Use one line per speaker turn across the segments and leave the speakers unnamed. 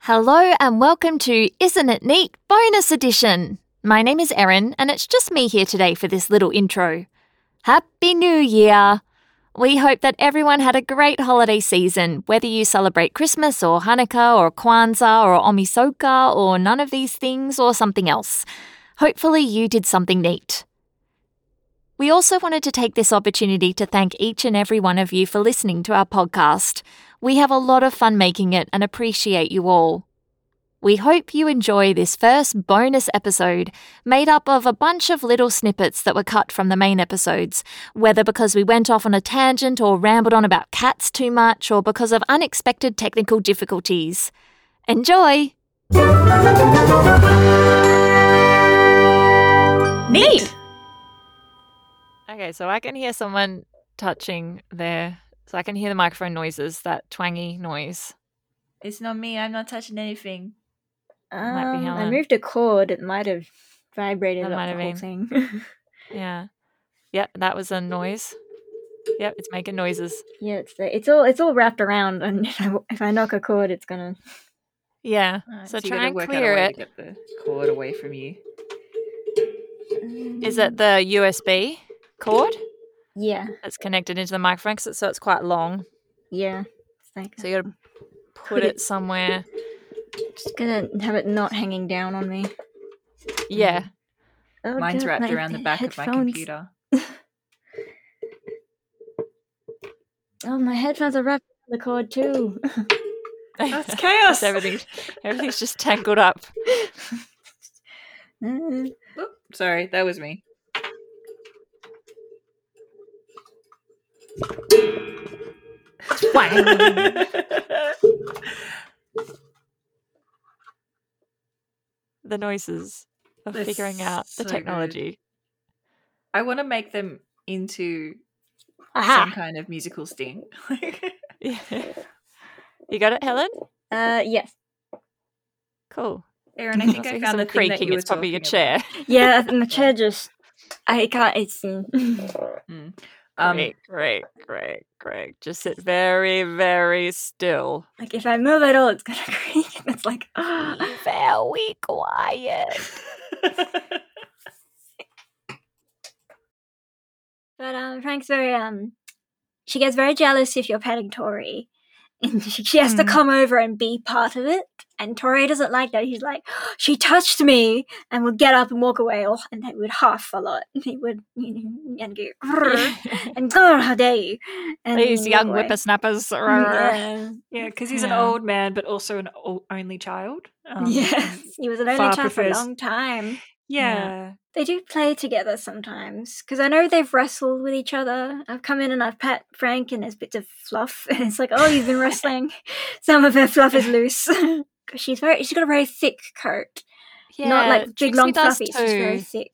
Hello and welcome to Isn't It Neat Bonus Edition. My name is Erin and it's just me here today for this little intro. Happy New Year! We hope that everyone had a great holiday season, whether you celebrate Christmas or Hanukkah or Kwanzaa or Omisoka or none of these things or something else. Hopefully, you did something neat. We also wanted to take this opportunity to thank each and every one of you for listening to our podcast. We have a lot of fun making it and appreciate you all. We hope you enjoy this first bonus episode, made up of a bunch of little snippets that were cut from the main episodes, whether because we went off on a tangent or rambled on about cats too much or because of unexpected technical difficulties. Enjoy! Neat! Okay, so I can hear someone touching there. So I can hear the microphone noises, that twangy noise.
It's not me. I'm not touching anything.
Might be
Um, I
Helen.
moved a cord. It might have vibrated
That
up
might
the
have
whole
been.
thing.
Yeah. Yep, that was a noise. Yep, it's making noises.
yeah, it's the, it's all it's all wrapped around, and if I, if I knock a cord, it's gonna.
Yeah.
Alright,
so
you
try
gotta
and
work out a
clear
way
it.
To get the cord away from you.
Is it the USB cord
Mm, Yeah,
that's connected into the microphone? 'Cause it's- so it's quite long.
yeah. It's like
So you gotta put
Put
it
it-
somewhere.
just gonna have it not hanging down on me.
Yeah.
Oh,
Mine's
God,
wrapped
my
around the back of my
headphones-
computer.
Oh, my headphones are wrapped around the cord too.
That's chaos.
So everything's, everything's just tangled up.
Uh,
Oop, sorry, that was me.
The noises of
They're
figuring out the
so good.
technology.
I want to make them into
Ah.
some
aha.
kind of musical sting.
Yeah. You got it, Helen?
Uh, yes.
Cool.
Erin, I think
was
I
making
found the
Mm. some
thing that
creaking,
you were
It's probably your
talking
chair.
Yeah, and the chair just. I can't. It's. mm.
about. Um,
great, great, great, great. Just sit very, very still.
Like if I move at all, it's gonna creak. And it's like, ah.
Very quiet.
But um, Frank's very um, she gets very jealous if you're petting Tori, and she, she has to
Mhm.
come over and be part of it. And Tori doesn't like that. He's like, she touched me, and would get up and walk away, or, and he would huff a lot. He would and go "Grrr," and go, how dare you? And
These
walk
young
away.
whippersnappers.
Yeah.
yeah, because he's an
Yeah.
old man, but also an o- only child.
Oh.
Um,
yes, he was an only
far
child for a
prefers-
long time.
Yeah.
They do play together sometimes because I know they've wrestled with each other. I've come in and I've pat Frank, and there's bits of fluff, and it's like, oh, you've been wrestling. Some of her fluff is loose 'Cause she's very, she's got a very thick coat, not like big long fluffy. She's very thick.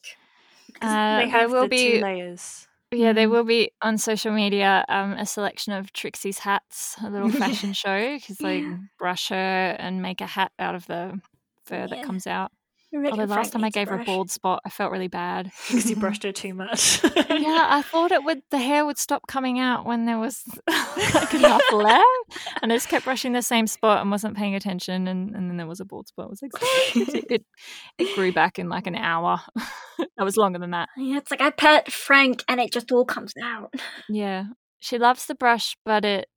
'Cause
Uh,
they
there
have
will
the
be
two layers.
Yeah, there
Mm.
will be on social media um, a selection of Trixie's hats, a little
Yeah.
fashion show because they
Yeah.
brush her and make a hat out of the fur that
Yeah.
comes out.
Rick
Although
and
Oh, last
Frank
time I
needs a
gave her a
brush.
bald spot, I felt really bad.
because you brushed her too much.
Mm-hmm. yeah, I thought it would. The hair would stop coming out when there was like enough left, and I just kept brushing the same spot and wasn't paying attention. And, and then there was a bald spot. I was like, "Sorry." it, it grew back in like an hour. that was longer than that.
Yeah, it's like I pet Frank, and it just all comes out.
Yeah, she loves the brush, but it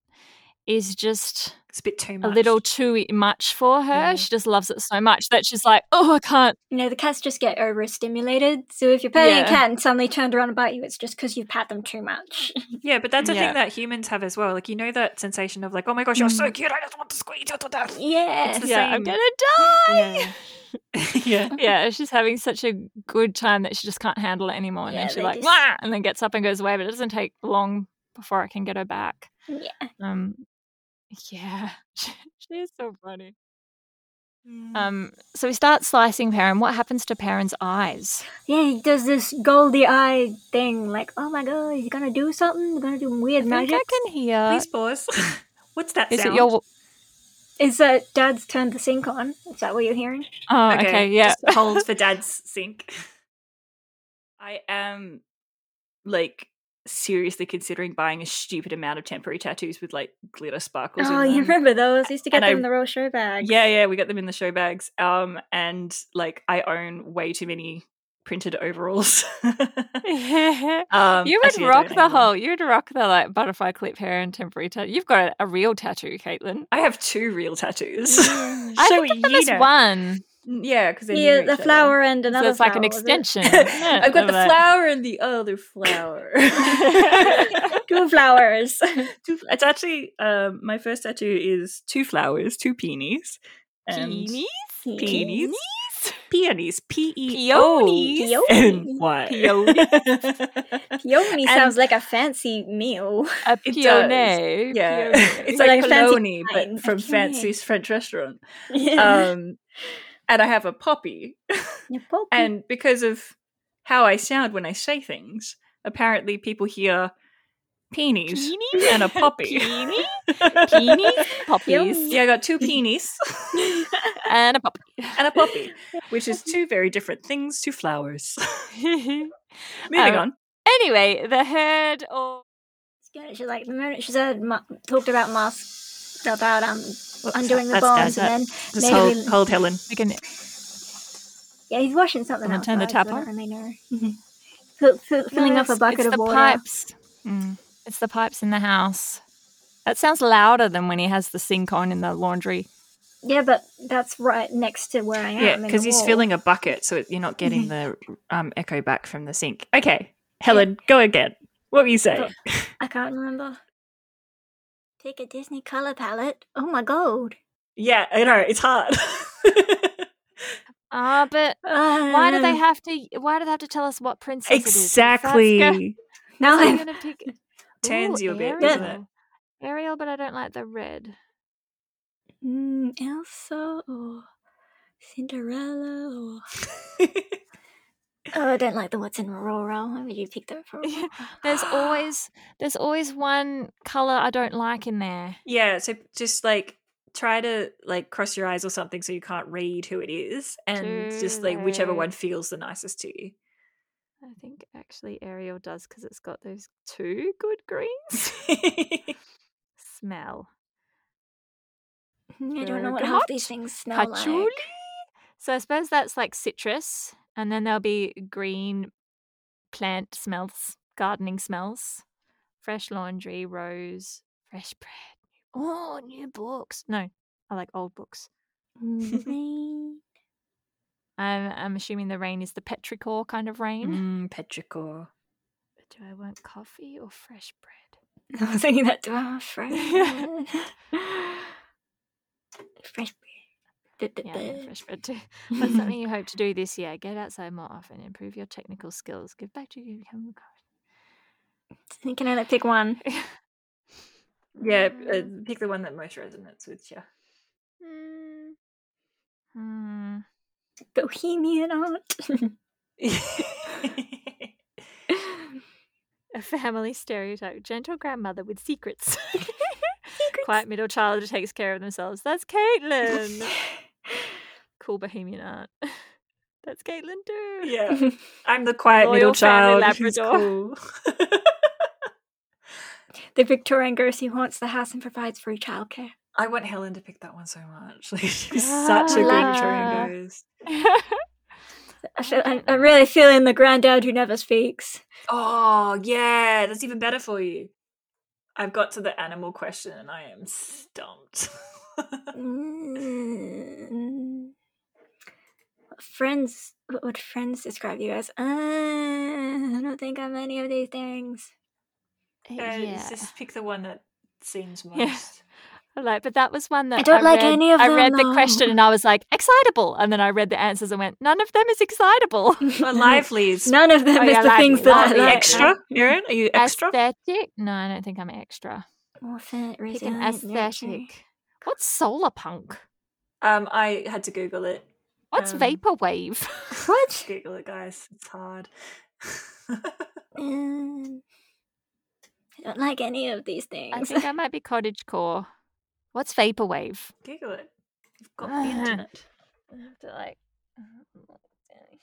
is just
It's a bit too
a
much.
little too e- much for her.
Yeah.
She just loves it so much that she's like, "Oh, I can't."
You know, the cats just get overstimulated. So if you're petting
Yeah.
a cat and suddenly turned around and bite you, it's just because you pat them too much.
Yeah, but that's a
Yeah. Mm.
thing that humans have as well. Like you know that sensation of like, oh my gosh, you're so cute, I just want to squeeze you to death.
yes.
the
yeah, I'm
same.
gonna die.
Yeah. yeah.
yeah, she's having such a good time that she just can't handle it anymore. And
Yeah,
then she
they
like,
just-
"Wah!" and then gets up and goes away, but it doesn't take long before I can get her back.
Yeah.
Um, yeah, she's so funny.
Mm.
Um, so we start slicing Perrin. What happens to Perrin's eyes?
Yeah, he does this Goldie Eye thing. Like, oh my god, he's gonna do something. He's gonna do weird
I
magic.
think I can hear.
Please pause. What's that
Uh, Is
sound?
it your?
Is that Dad's turned the sink on? Is that what you're hearing?
Oh, okay, yeah.
Just hold for dad's sink. I am like seriously considering buying a stupid amount of temporary tattoos with like glitter sparkles. in
Oh, you
them.
remember those? I used to get
And
them
I-
in the Royal Show bag.
Yeah, yeah, we got them in the show bags. Um, and like I own way too many printed overalls. um,
you would
actually, I
rock
don't
the
have them.
whole. You'd rock the like butterfly clip hair and temporary tattoo. You've got a, a real tattoo, Caitlin.
I have two real tattoos.
I
So
think
you
there's
know.
one.
yeah, because
Yeah, the flower and another.
so it's like an
flower, was it?
extension. Yeah,
I've got the
of that.
flower and the other flower.
Two flowers.
Two- it's actually um, my first tattoo is two flowers, two peonies. and-
Peonies?
Peonies?
Peonies?
Peonies. P E O
Peonies.
N Y.
Peony
And-
sounds like a fancy meal.
A
It does.
peony.
Yeah,
Peony.
it's
But
like
I fancy
bologna,
mine.
but from
Okay.
fancy French restaurant.
Yeah.
Um, and I have a poppy, and because of how I sound when I say things, apparently people hear peonies
Peony?
and a poppy.
Peony? Peony? Poppies.
Yeah, I got two peonies
And a poppy.
and a poppy, which is two very different things, two flowers. Moving
Um,
on.
anyway, the herd or
She's like the moment she said ma- talked about masks about um
Whoops,
undoing the
that's
bonds
that-
and then
Just
maybe
hold,
we'll-
hold Helen.
we can
yeah he's washing something
Someone
out.
turn the tap on?
Fill, fill, filling up a
it's-
bucket
it's
of
the
water.
pipes. Mm. It's the pipes in the house. That sounds louder than when he has the sink on in the laundry.
Yeah, but that's right next to where I am.
Yeah,
in the
because he's
wall. Mm-hmm.
filling a bucket, so it- you're not getting the um, echo back from the sink. Okay, Helen, go again. What were you saying?
I can't remember. Take a Disney color palette. Oh my god!
Yeah, I know it's hard.
Ah, but why do
Um,
they have to? Why do they have to tell us what princess it is?
exactly.
Now
I'm
I'm
gonna pick.
Turns you a bit,
Ariel.
doesn't it?
Ariel, but I don't like the red.
mm, Elsa or Cinderella or. Oh, I don't like the what's in Aurora. Why would you pick that for? Aurora?
There's always there's always one color I don't like in there.
yeah, so just like try to like cross your eyes or something so you can't read who it is, and just like whichever
True.
one feels the nicest to you.
I think actually Ariel does because it's got those two good greens. Smell.
I don't know what
Bergamot?
half these things smell
patchouli.
like.
So I suppose that's like citrus, and then there'll be green plant smells, gardening smells, fresh laundry, rose, fresh bread. Oh, new books. No, I like old books.
Mm,
I'm, I'm assuming the rain is the petrichor kind of rain.
mm, petrichor.
But do I want coffee or fresh bread?
I was thinking that too. Oh, fresh bread. fresh bread.
Yeah, I want fresh bread too. What's something you hope to do this year? Get outside more often, improve your technical skills, give back to you, become a coach.
Can I like, pick one?
Yeah, uh, pick the one that most resonates with you.
Mm. Hmm.
Bohemian art.
A family stereotype. Gentle grandmother with secrets. Quiet middle child who takes care of themselves. That's Caitlin. cool bohemian aunt. That's Caitlin too.
yeah, I'm the quiet
Loyal
middle
family
child. who's
Labrador.
cool.
the Victorian ghost who haunts the house and provides free childcare.
I want Helen to pick that one so much. Like, she's such a good
Ah.
Victorian ghost.
I, feel, I, I really feel in the granddad who never speaks.
Oh yeah, that's even better for you. I've got to the animal question and I am stumped.
Mm. Friends, what would friends describe you as? Uh, I don't think I'm any of these things.
Uh,
Uh,
yeah.
Just pick the one that seems most.
Yeah. I like, but that was one that
don't like
read-
any of
I
them,
read the
though.
question and I was like, excitable. And then I read the answers and went, none of them is excitable.
Well, lively is
None of them
Oh,
is
yeah,
the
lively,
things that I
Are
lively,
you
like.
extra, Erin? Are you extra?
Aesthetic? No, I don't think I'm extra.
More fit,
Pick an
resilient, nurturing.
aesthetic. What's solar punk?
Um, I had to Google it.
What's
Um,
vaporwave?
What?
Google it, guys. It's hard.
Um, I don't like any of these things.
I think I might be cottage core. What's vaporwave?
Google it. You've got the internet.
I mm-hmm, have to like look down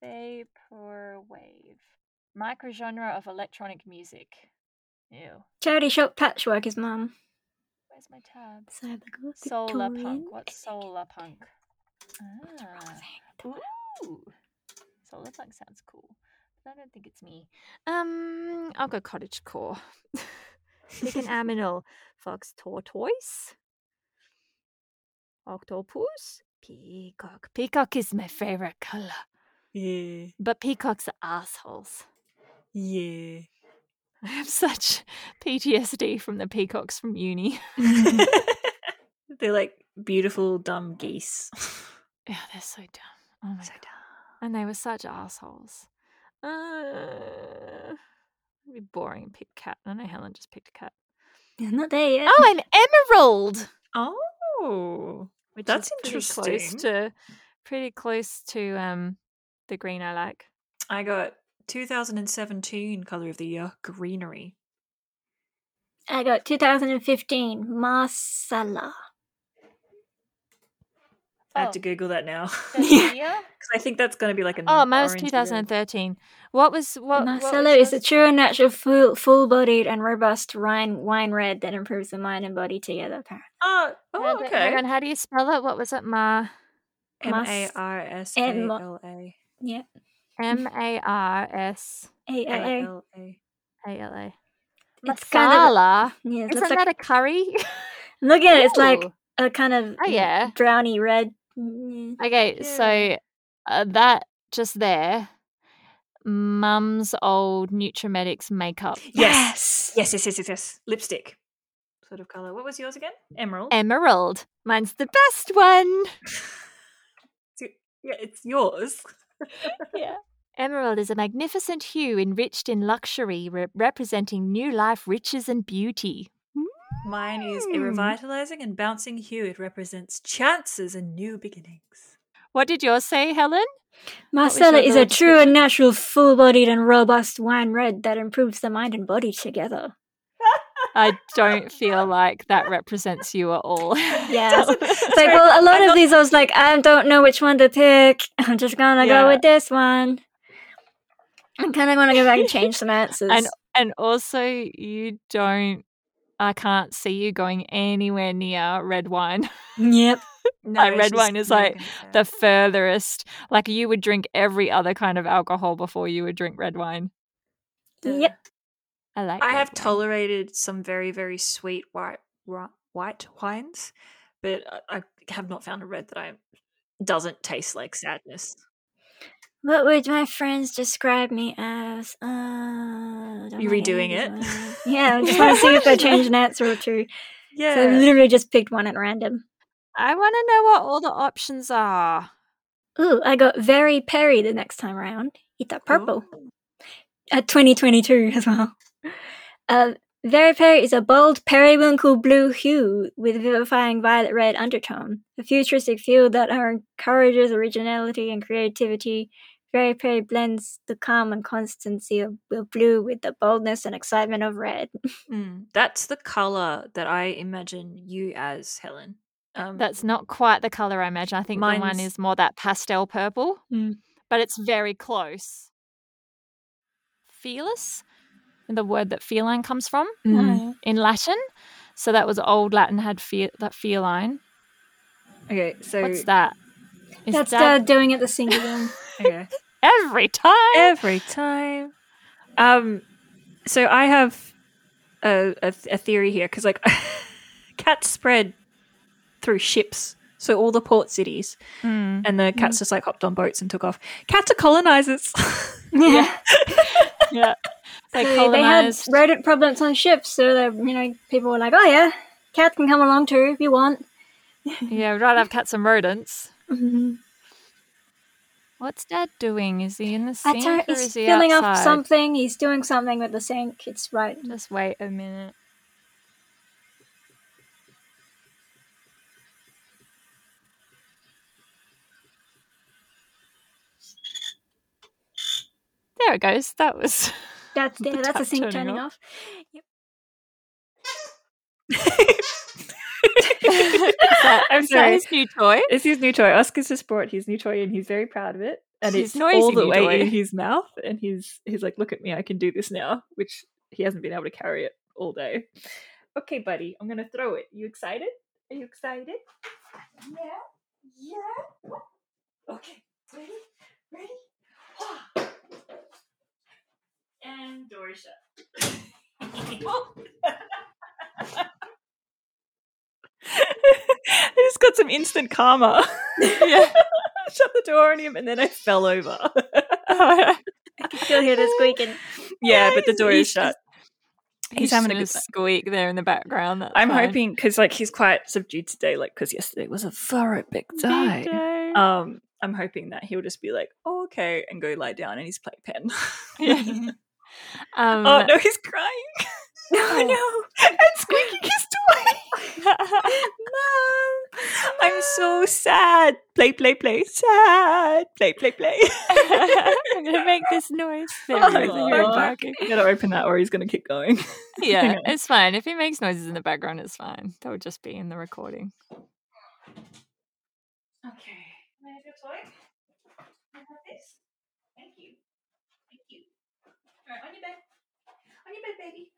here. Vaporwave. Microgenre of electronic music. Ew.
Charity shop patchwork is mum.
Where's my tab?
Cybergirl,
Solar
Victorian.
punk. What's solar punk? Ah. Ooh. Solar punk sounds cool. But I don't think it's me. Um, I'll go cottage core. Chicken aminal. Fox tortoise. Octopus. Peacock. Peacock is my favorite color.
Yeah.
But peacocks are assholes.
Yeah.
I have such PTSD from the peacocks from uni.
They're like beautiful dumb geese.
Yeah, they're so dumb. Oh my god. And they were such assholes. Uh, it'd be boring to pick cat. I know Helen just picked a cat.
Yeah, Not there yet.
Oh, I'm Emerald.
Oh.
Which
That's
is pretty Close
interesting.
to, pretty close to um, the green I like.
I got 2017 color of the year greenery.
Ah.
I got 2015 Marsala.
Oh.
I have to Google that now because
Yeah.
I think that's going to be like a
Oh, mine was
orangey red.
2013. What was what? what
Marcello
was
is a
yours?
true and natural, full, full-bodied and robust wine, wine red that improves the mind and body together. Apparently,
Oh,
Hang
oh
on, hang
okay.
on, How do you spell it? What was it? Ma
M
Mas-
A R S A
M-
L A
yeah,
M A R S
A L
A
A.
L A.
A L A.
It's kind of
Masala.
yeah. It
Isn't
looks like,
that a curry?
look at it. It's like
Ooh.
a kind of
Oh yeah.
browny red. Mm,
Okay, so uh, that just there, mum's old Nutramedics makeup,
Yes. Yes, yes, yes, yes, yes. Lipstick sort of color. What was yours again? Emerald.
emerald. Mine's the best one.
yeah, it's yours.
Emerald is a magnificent hue enriched in luxury, re- representing new life, riches, and beauty.
Mine is a
Mm.
revitalizing and bouncing hue. It represents chances and new beginnings.
What did yours say, Helen? was
Marcella
your
is a
bird
true and natural, full-bodied and robust wine red that improves the mind and body together.
I don't feel like that represents you at all.
Yeah.
Doesn't-
It's like, well, a lot of these, I was like, I don't know which one to pick. I'm just gonna
Yeah.
go with this one. I'm kind of gonna go back and change some answers.
And and also you don't I can't see you going anywhere near red wine.
yep.
No,
Uh, red
she's
wine is
not
like
gonna
The
go.
furthest. Like you would drink every other kind of alcohol before you would drink red wine.
Yep.
I like
I
red
have
wine.
tolerated some very very sweet white ri- white wines, but I, I have not found a red that I doesn't taste like sadness.
What would my friends describe me as? Uh, I don't
You
like
redoing
any of
it?
these words. yeah, I just want to see if I change an answer or two.
Yeah.
So I literally just picked one at random.
I want to know what all the options are.
Ooh, I got very Perry the next time around. Eat
Oh.
that purple.
Ooh.
at 2022 as well. Uh, Very Perry is a bold periwinkle blue hue with vivifying violet red undertone, a futuristic field that encourages originality and creativity. Very Perry blends the calm and constancy of of blue with the boldness and excitement of red.
Mm, that's the color that I imagine you as Helen. Um,
That's not quite the color I imagine. I think the one
Mine's-
is more that pastel purple,
Mm.
but it's very close. Felis, the word that feline comes from
mm.
in Latin. So that was old Latin had fe- that feline.
okay. So
What's that? Is
That's
that
Dad doing it the singular.
okay.
every time?
every time. Um, so I have a a, a theory here because like cats spread through ships, so all the port cities,
Mm.
and the cats just like hopped on boats and took off. Cats are colonizers.
yeah.
yeah. They
So they had
colonized.
rodent problems on ships, so that you know people were like, "Oh yeah, cat can come along too if you want."
yeah, we'd rather have cats and rodents. Mm-hmm.
Mhm.
What's Dad doing? Is he in the
I
sink
don't.
or
He's
is he
filling
outside?
up something. He's doing something with the sink. It's right.
Just wait a minute. There it goes. That was.
That's
The
there. That's the
tap
sink turning,
turning
off. Yep.
Is that-
I'm
is that
sorry.
his new toy?
It's his new toy. Oscar's just bought his new toy and he's very proud of it. and
He's
it's
noisy,
all the
you
way
doy.
in his mouth and he's he's like look at me i can do this now which he hasn't been able to carry it all day okay buddy i'm gonna throw it you excited are you excited yeah yeah okay ready ready and door is shut Oh. I just got some instant karma.
Yeah.
Shut the door on him and then I fell over.
I can still hear the squeaking.
yeah, but the door is
He's
shut.
He's, having a good squeak there in the background. That's
I'm
fine.
hoping because like he's quite subdued today, like because yesterday was a thorough big
Big
day.
day.
Um, I'm hoping that he'll just be like, oh, okay, and go lie down and he's play pen.
Yeah. um,
oh no, he's crying.
No,
no, and squeaking his toy. Mom, I'm so sad. Play, play, play. Sad. Play, play, play.
I'm gonna make this noise. There
Oh,
we go,
no.
hear it barking.
You gotta open that, or he's gonna keep going.
Yeah,
on.
it's fine. If he makes noises in the background, it's fine. They'll just be in the recording.
Okay. Can I have your toy? Can I have this? Thank you. Thank you. All right, on your bed. On your bed, baby.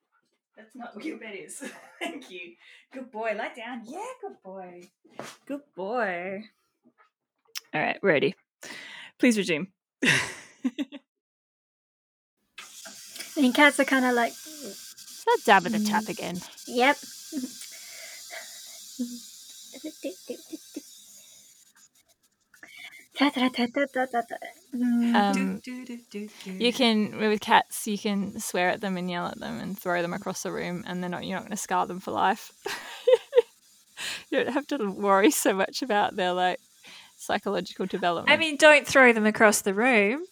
That's not where your bed is. Thank you. Good boy. Lie down. Yeah, good boy. Good boy. All right, ready. Please resume.
I mean, cats are kind of like,
Is that dab at a tap again?
yep.
Uh,
Mm.
Um, you can with cats, you can swear at them and yell at them and throw them across the room, and they're not you're not going to scar them for life. you don't have to worry so much about their like psychological development.
I mean, don't throw them across the room.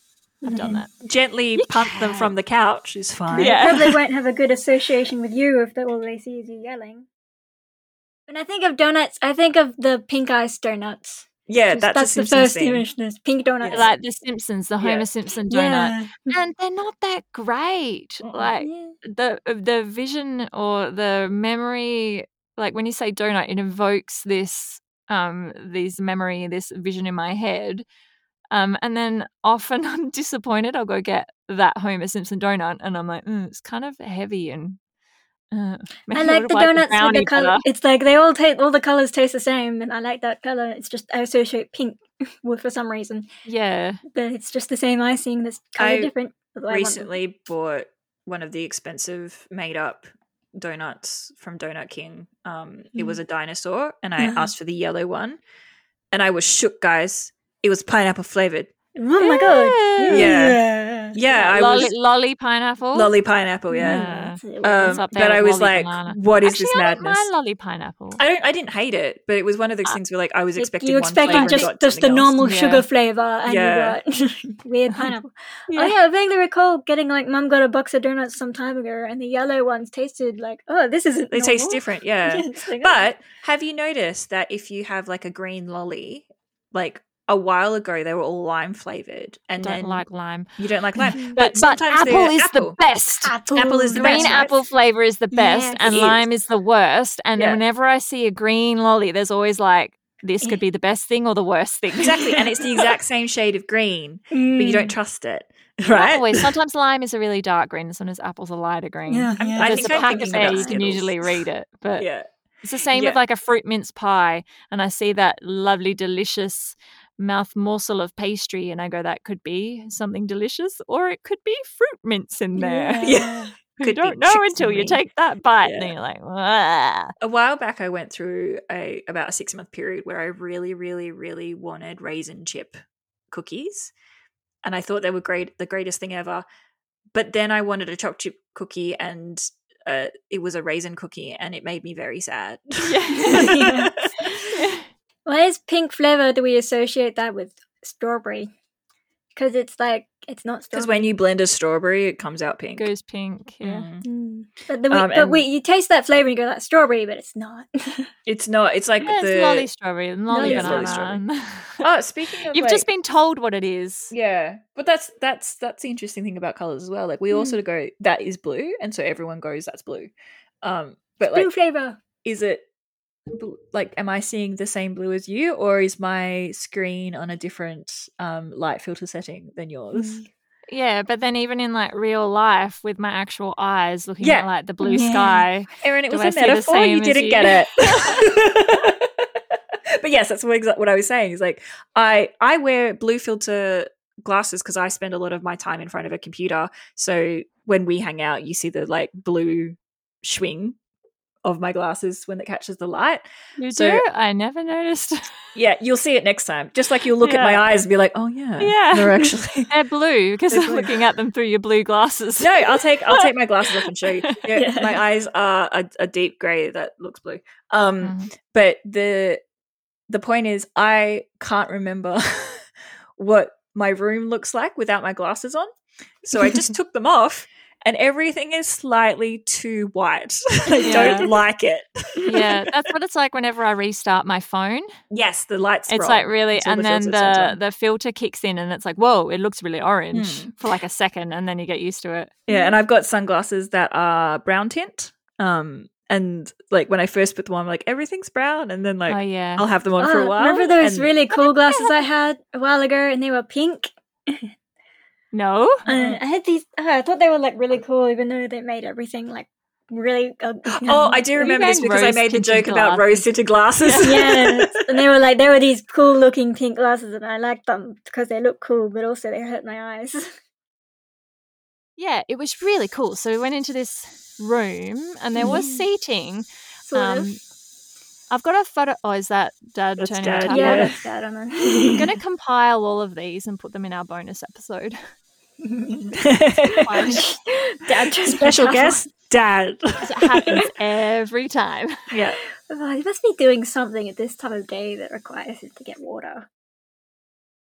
I've done that.
Gently punt them from the couch is fine.
They
Yeah.
probably won't have a good association with you if they- all they see is you yelling. When I think of donuts, I think of the pink ice donuts.
Yeah,
Just-
that's, a
the
Simpsons
first
thing.
image. there's Pink donuts.
Like the Simpsons, the Homer
Yeah.
Simpson donut,
yeah.
and they're not that great.
Mm-mm.
Like
yeah.
the the vision or the memory like when you say donut it invokes this um this memory this vision in my head um and then often i'm disappointed i'll go get that homer simpson donut and i'm like mm, it's kind of heavy and uh, maybe
I
I
like
would've
the
liked
donuts with
brownie
the color.
better."
It's like they all taste, all the colors taste the same, and I like that color. It's just I associate pink with for some reason.
yeah
But it's just the same icing that's kind
I
of different. although I want them.
recently bought one of the expensive made up donuts from Donut King. Um, It was a dinosaur, and I
Mm-hmm. Uh-huh.
asked for the yellow one, and I was shook, guys. It was pineapple flavored.
Oh my god!
Yeah.
Yeah. Yeah, I
lolly,
was
lolly
Oh.
pineapple
lolly pineapple. Yeah,
Yeah.
Um,
It's up there
but
with
I was
lolly
like,
banana.
what is
Actually,
this
I
madness?
don't mind lolly pineapple
I don't. I didn't hate it, but it was one of those things where, like, I was
Like,
expecting
Uh, you
one flavor
expecting
and
just
got
just the
something else.
normal
Yeah.
sugar flavor, and
Yeah.
you got weird pineapple. Oh yeah, I vaguely recall getting like mum got a box of donuts some time ago, and the yellow ones tasted like oh this isn't.
They taste
normal.
different. Yeah.
It's like, oh.
But have you noticed that if you have like a green lolly, like a while ago they were all lime flavored, and
don't
then
like lime
you don't like lime,
but,
but,
but
sometimes
apple
they're
is the
apple.
best
apple is the
green
best, right?
apple flavor is the best
Yes,
and
it
lime is the worst and
Yeah.
whenever i see a green lolly there's always like this could be the best thing or the worst thing
exactly, and it's the exact same shade of green,
Mm.
but you don't trust it,
Not
right?
always sometimes lime is a really dark green and sometimes apple's a lighter green
Yeah,
I'm-
yeah.
If
I
there's
think
a
I'm
packet
thinking
there,
about
you can
Skittles.
usually read it but
yeah,
it's the same
Yeah.
with like a fruit mince pie and i see that lovely delicious mouth morsel of pastry and i go that could be something delicious or it could be fruit mince in there
yeah.
you
Could be
don't know
tricks
until
in
you
me.
take that bite and
Yeah.
then you're like "Wah."
A while back, I went through a about a six month period where I really, really, really wanted raisin chip cookies, and I thought they were great, the greatest thing ever. But then I wanted a choc chip cookie, and uh, it was a raisin cookie, and it made me very sad.
Yeah.
Why is pink flavor do we associate that with strawberry? Because it's like it's not
Because
strawberry.
when you blend a strawberry, it comes out pink.
goes pink yeah
Mm.
Mm. But, the,
Um,
but
and-
we, you taste that flavor and you go, that's strawberry, but it's not.
It's not. It's like
yeah,
the.
it's lolly strawberry and lolly
Lolly
banana.
strawberry.
Oh, speaking of,
You've
like-
just been told what it is.
Yeah, but that's that's that's the interesting thing about colors as well. Like we all
Mm.
sort of go that is blue, and so everyone goes that's blue. Um, but
Blue
like,
flavor.
is it bl- like am i seeing the same blue as you or is my screen on a different um, light filter setting than yours
Yeah, but then even in like real life with my actual eyes looking
Yeah.
at like the blue
Yeah.
sky,
Erin, it
Do
was
I
a
see the
metaphor. You
same as
didn't
you?
get it. but yes, that's what exactly what I was saying. Is like I I wear blue filter glasses because I spend a lot of my time in front of a computer. So when we hang out, you see the like blue swing of my glasses when it catches the light.
you
So-
do? I never noticed.
Yeah, you'll see it next time. Just like you'll look at my
Yeah.
eyes and be like, oh yeah,
Yeah.
they're actually.
They're blue because
They're
I'm
blue.
looking at them through your blue glasses.
No, I'll take I'll take my glasses off and show you. Yeah,
Yeah.
My eyes are a, a deep grey that looks blue. Um,
Mm.
but the the point is i can't remember what my room looks like without my glasses on so i just took them off and everything is slightly too white i
Yeah.
don't like it
yeah, that's what it's like whenever I restart my phone.
yes the lights
It's like really,
until
and
the
then
filter turns
the
on.
the filter kicks in, and it's like, whoa, it looks really orange
Hmm.
for like a second, and then you get used to it.
yeah and i've got sunglasses that are brown tint um and like when i first put them on I'm like everything's brown and then like
oh yeah, Ah,
i'll have them on for a
Oh,
while
Remember those
and-
really cool glasses I had a while ago, and they were pink.
no,
Uh-huh.
Uh, I had these. Oh, I thought they were like really cool, even though they made everything like really. Uh,
oh
um,
i do remember this
going
because i made the
rose-tinted
joke about
glasses?
rose tinted glasses
yes, and they were like they were these cool looking pink glasses, and I liked them because they look cool, but also they hurt my eyes.
yeah, it was really cool. So we went into this room, and there was
Mhm.
seating.
Sort of.
Um, I've got a photo. Oh, is that Dad
That's
turning
Dad,
the tab
Yeah,
on?
yeah.
that's bad on them.
I'm going to compile all of these and put them in our bonus episode. Why?
Dad just
Special
forgot.
guest, Dad.
'Cause it happens every time.
yeah.
Oh, he must be doing something at this time of day that requires him to get water.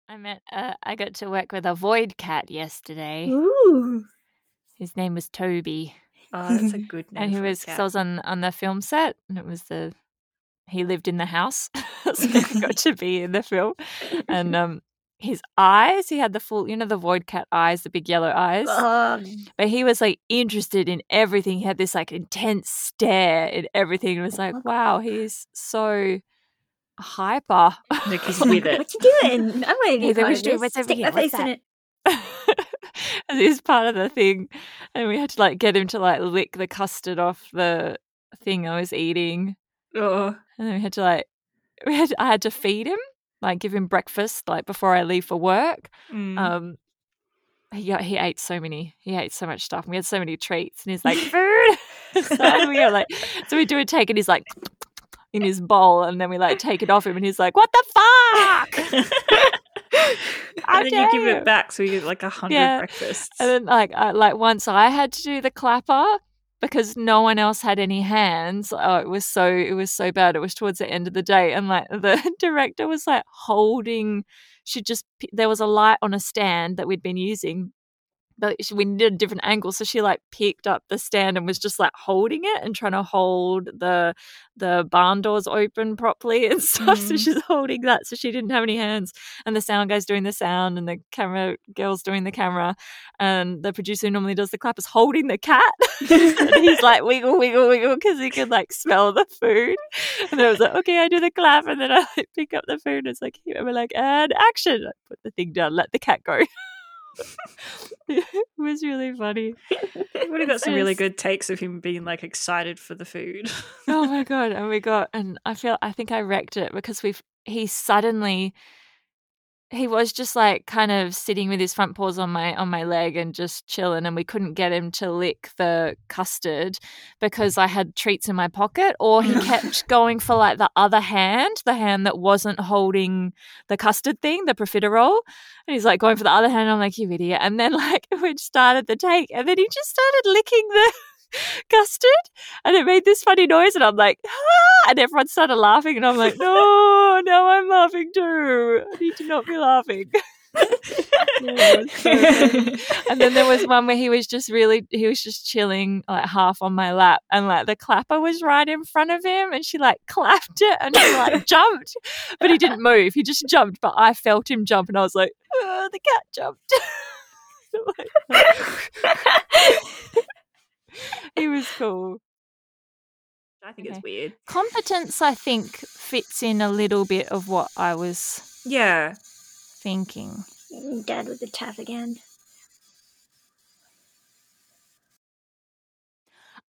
I met. Uh, I got to work with a void cat yesterday.
Ooh.
His name was Toby,
Oh, that's a good name.
and he
for a
was because
cat.
I was on on the film set, and it was the he lived in the house, so he got to be in the film. And um, his eyes, he had the full, you know, the void cat eyes, the big yellow eyes.
Uh-huh.
Um,
But he was like interested in everything. He had this like intense stare at everything. It was
Uh-huh.
like, wow, he's so hyper.
Like, he's with it.
What you doing? I'm waiting.
Hey,
to
there
part
was
of
Joe,
this.
what's over
Stick
here?
my
What's
face in
that?
it.
and it was part of the thing. And we had to like get him to like lick the custard off the thing I was eating.
Oh.
And then we had to like we had I had to feed him, like give him breakfast like before I leave for work.
Mm.
Um he got, he ate so many he ate so much stuff. And we had so many treats and he's like food and we are like so we do a take and he's like in his bowl and then we like take it off him and he's like, What the fuck?
and then you give
dare
it
you.
back so you get like a hundred
Yeah.
breakfasts.
And then like I, like once I had to do the clapper because no one else had any hands. Oh, it was so it was so bad. It was towards the end of the day, and like the director was like holding. She just p- there was a light on a stand that we'd been using. But she, we needed a different angle, so she like picked up the stand and was just like holding it and trying to hold the the barn doors open properly and stuff. So
Mhm.
she's holding that, so she didn't have any hands. And the sound guy's doing the sound, and the camera girl's doing the camera, and the producer who normally does the clap is holding the cat. and he's like wiggle, wiggle, wiggle because he could like smell the food. And I was like, okay, I do the clap, and then I like, pick up the food. And it's like here, and we're like, and action! Like, put the thing down, let the cat go. it was really funny.
would have got some really
it's-
good takes of him being like excited for the food.
Oh my god! And we got, and I feel I think I wrecked it because we've he suddenly. He was just like kind of sitting with his front paws on my on my leg and just chilling, and we couldn't get him to lick the custard because I had treats in my pocket, or he kept going for like the other hand, the hand that wasn't holding the custard thing, the profiterole, and he's like going for the other hand. I'm like, you idiot! And then like we started the take, and then he just started licking the custard and it made this funny noise and I'm like, ah! and everyone started laughing and I'm like, no, now I'm laughing too. I need to not be laughing. And then there was one where he was just really, he was just chilling like half on my lap and like the clapper was right in front of him and she like clapped it and he like jumped, but he didn't move. He just jumped, but I felt him jump and I was like, oh, the cat jumped. Like- he was cool.
I think it's
Okay.
weird.
Competence, I think, fits in a little bit of what I was
Yeah.
thinking.
Dad with the tap again.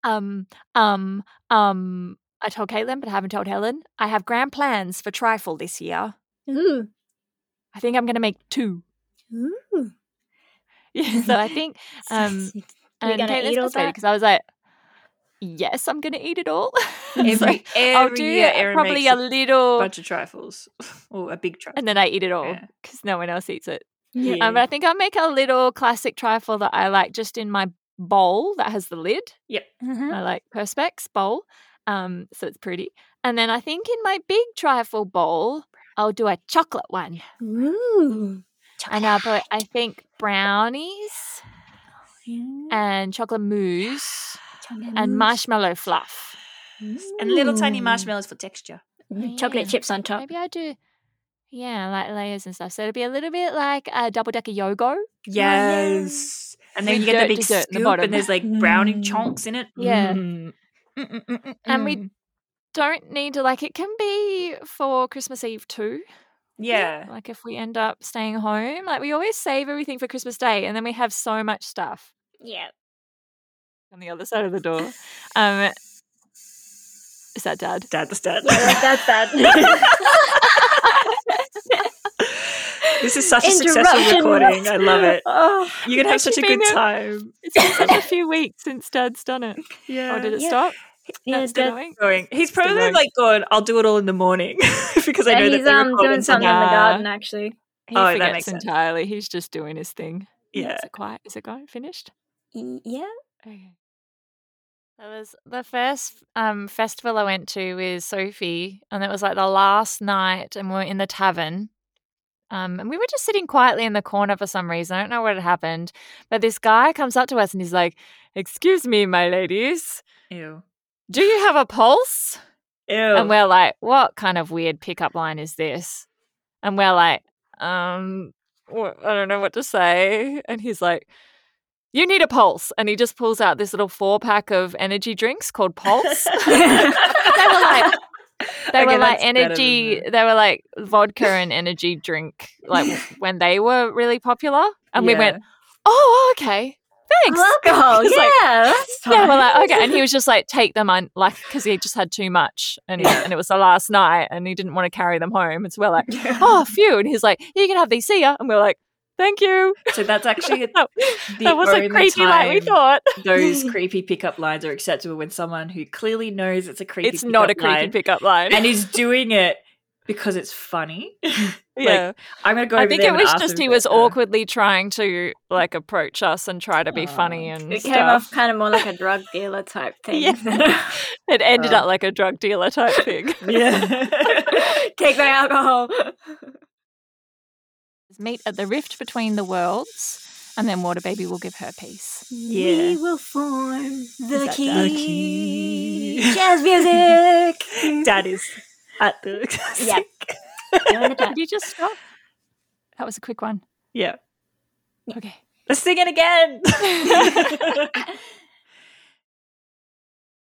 Um, um, um. I told Caitlin, but I haven't told Helen. I have grand plans for trifle this year.
Ooh.
I think I'm going to make two.
Ooh.
Yeah, so I think um,
Are you
and
gonna
Caitlin's
eat all
frustrated
that?
because I was like, yes, I'm going to eat it all.
Every,
So
every
I'll do
year, Erin
probably
makes
a
a
little,
bunch of trifles or a big trifle.
and then I eat it all
Yeah.
because no one else eats it.
Yeah.
Um, but I think I'll make a little classic trifle that I like just in my bowl that has the lid.
Uh-huh.
I like perspex bowl. Um, so it's pretty. And then I think in my big trifle bowl, I'll do a chocolate one.
Ooh.
And I'll put, I think, brownies
Mm.
and chocolate mousse and marshmallow fluff.
and little tiny marshmallows for texture.
Mm, Chocolate
Yeah.
chips on top.
Maybe I'll do, yeah, like layers and stuff. So it'll be a little bit like a double decker yogo.
Yes. And then
With
you get the
dirt
big
dessert
scoop,
in the bottom.
and there's like brownie
Mm.
chunks in it.
Yeah.
Mm. Mm, mm, mm, mm,
And we
mm.
don't need to, like, it can be for Christmas Eve too.
yeah,
Like if we end up staying home, like we always save everything for Christmas Day, and then we have so much stuff
Yeah.
on the other side of the door. Um, is that Dad?
dad the dad.
Yeah, like that's that.
this is such a successful
Interruption.
recording. I love it.
Oh,
You can have
it's
such a
actually
good
been
time.
It's been such a few weeks since Dad's done it.
Yeah.
Oh, did it
yeah.
stop?
yeah,
That's
that-
going.
going. He's probably
going.
like, God, I'll do it all in the morning because I
yeah,
know that
he's
they're
um,
recording
doing something in the
something.
garden, actually.
He
Oh, that
forgets
makes sense.
entirely. He's just doing his thing.
Yeah.
Is it quiet? Is it going? Finished?
Y- Yeah.
Okay. That was the first um, festival I went to with Sophie, and it was like the last night, and we were in the tavern. Um, and we were just sitting quietly in the corner for some reason. I don't know what had happened. But this guy comes up to us and he's like, Excuse me, my ladies,
Ew.
do you have a pulse?
Ew.
And we're like, What kind of weird pickup line is this? And we're like, um, wh- I don't know what to say. And he's like, You need a pulse. And he just pulls out this little four pack of energy drinks called Pulse. they were like, they
Okay,
were like
that's better than
energy.
that.
They were like vodka and energy drink, like when they were really popular. And we went, oh, okay, thanks.
Oh, alcohol.
It's
Yeah.
like-
that's
Yeah, we're
fine.
like, okay. And he was just like, take them on, like, because he just had too much and,
Yeah.
and it was the last night and he didn't want to carry them home. And so we're like, oh, phew. And he's like, you can have these, see ya. And we're like, thank you.
Yeah. So that's actually
That-
the
that wasn't
only
creepy like we
time
thought.
Those creepy pickup lines are acceptable when someone who clearly knows it's a creepy
It's not a
pickup
creepy
line
pickup line.
and is doing it because it's funny.
yeah.
I'm gonna go.
I
over
think
there
it
and
was
ask
just
them
he
about
was
that.
awkwardly trying to like approach us and try to be
Oh.
funny and
It came
stuff.
off kind of more like a drug dealer type thing.
Yeah. it ended
Oh.
up like a drug dealer type thing.
Yeah.
Take my alcohol.
Meet at the rift between the worlds, and then Water Baby will give her piece.
Yeah.
We will form the
that
key.
the key?
Jazz music.
Dad is at the
Yeah. Doing the
Did
dance.
you just stop? That was a quick one.
yeah.
Okay.
Let's sing it again.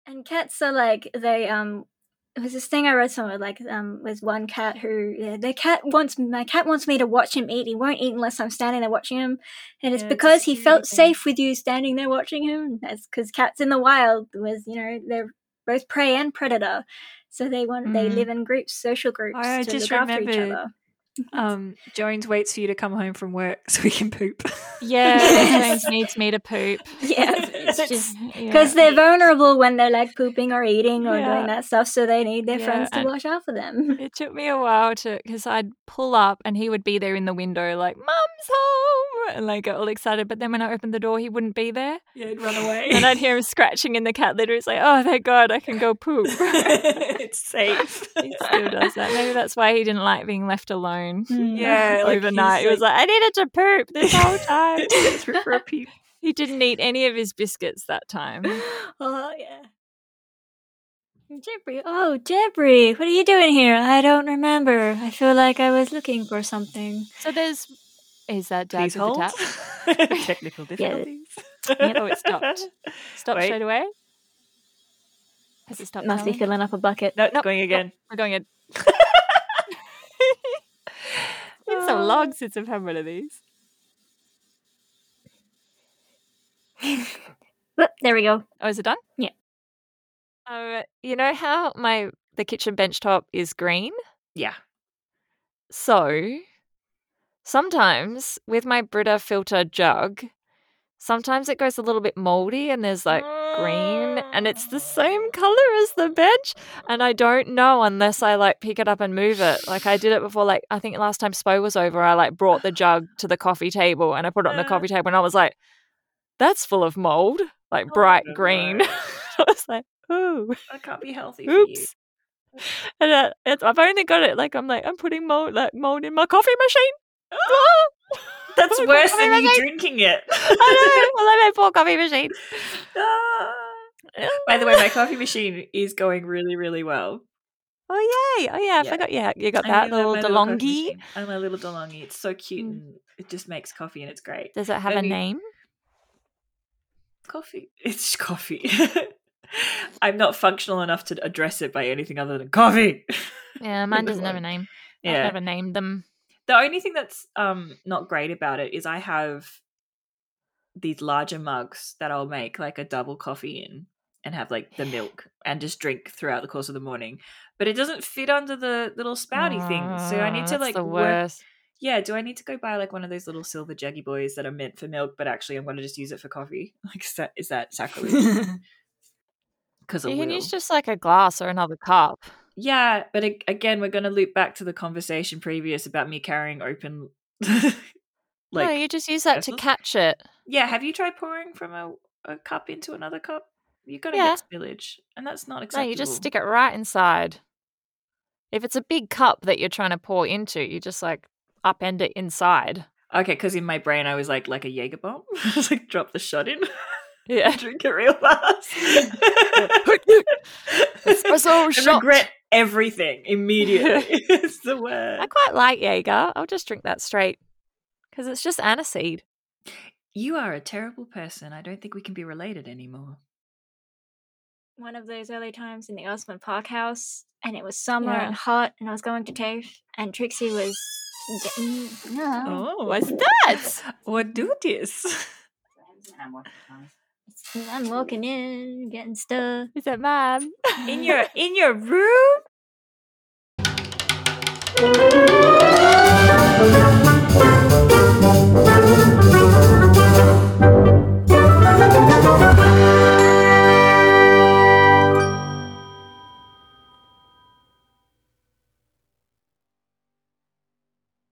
And cats are like they um. It was this thing I read somewhere like um was one cat who yeah, their cat wants my cat wants me to watch him eat. He won't eat unless I'm standing there watching him, and it's
Yeah, it's a
because he
scary
felt
thing.
safe with you standing there watching him. That's because cats in the wild was you know they're both prey and predator, so they want they
Mm.
live in groups, social groups
Mm-hmm. I
to
just
look after each
remembered
other.
um, Jones waits for you to come home from work so we can poop.
Yeah,
Yes.
Jones needs me to poop.
Yeah, it's
It's-
just
Yeah.
because they're vulnerable when they're like pooping or eating or
Yeah.
doing that stuff, so they need their
Yeah,
friends to
and-
watch out for them.
It took me a while to, because I'd pull up and he would be there in the window, like, Mum's home! And like, get all excited. But then when I opened the door, he wouldn't be there.
yeah, it'd run away.
And I'd hear him scratching in the cat litter. It's like, oh, thank God, I can go poop.
it's safe.
he still does that. Maybe that's why he didn't like being left alone
Hmm.
Yeah, like, he's
overnight. He was like, I needed to poop this whole time.
Desperate for a poop.
he didn't eat any of his biscuits that time.
Oh yeah. Jeffrey, oh Jeffrey, what are you doing here? I don't remember. I feel like I was looking for something.
So there's. Is that dad
Please
with the
hold.
tap?
Technical
difficulties.
difficulties.
Oh, it stopped. Stop
Wait.
straight away. Has it stopped?
Must be
Helen?
filling up a bucket.
No, it's going again.
We're going in. it's so long since I've had one of these.
But there we go.
Oh, is it done?
Yeah.
Uh, you know how my the kitchen bench top is green?
Yeah.
So sometimes with my Brita filter jug, sometimes it goes a little bit moldy and there's like green and it's the same color as the bench and I don't know unless I like pick it up and move it. Like I did it before like I think last time Spo was over I like brought the jug to the coffee table and I put it on the
Yeah. Oh
coffee table and I was like that's full of mold, like bright
no
green.
way.
I was like, "Oh."
That can't be healthy
Oops. And uh, it's, I've only got it like I'm like I'm putting mold like mold in my coffee machine. Ah!
That's
Oh my
worse
God,
than
oh my
you
God.
drinking it.
I know. I love my poor coffee machine.
Ah. By the way, my coffee machine is going really, really well.
Oh yay! Oh yeah, I
Yeah.
forgot. Yeah, you got
I
that
really love
little
my coffee
DeLonghi.
machine. I my little DeLonghi. It's so cute
Mm.
and it just makes coffee and it's great.
Does it have a
Maybe-
name?
Coffee. It's just coffee. I'm not functional enough to address it by anything other than coffee.
Yeah,
mine
mine
doesn't
doesn't have a
work.
name. I've
Yeah.
never named them.
The only thing that's um not great about it is I have these larger mugs that I'll make like a double coffee in and have like the milk and just drink throughout the course of the morning. But it doesn't fit under the little spouty thing. So I need to like
uh, the
work
worst.
yeah, do I need to go buy like one of those little silver jaggy boys that are meant for milk, but actually I'm going to just use it for coffee? Like, is that, is that sacrilege? Because
You can use just like a glass or another cup.
yeah, but a- again, we're going to loop back to the conversation previous about me carrying open. like,
no, you just use that to
vessels?
catch it.
yeah, have you tried pouring from a, a cup into another cup? You got to
Yeah.
get spillage, and that's not
No,
acceptable.
you just stick it right inside. If it's a big cup that you're trying to pour into, you just like upend it inside.
Okay, because in my brain I was like, like a Jaeger bomb, just like drop the shot in,
Yeah.
drink it real fast.
Espresso
and
shot.
regret everything immediately. it's the word.
I quite like Jaeger. I'll just drink that straight because it's just aniseed.
You are a terrible person. I don't think we can be related anymore.
One of those early times in the Osman Park house, and it was summer
Yeah.
and hot, and I was going to TAFE, and Trixie was. getting- No.
Oh,
What's that?
What do this?
I'm walking in, getting stuff.
Is that mum?
In your in your room?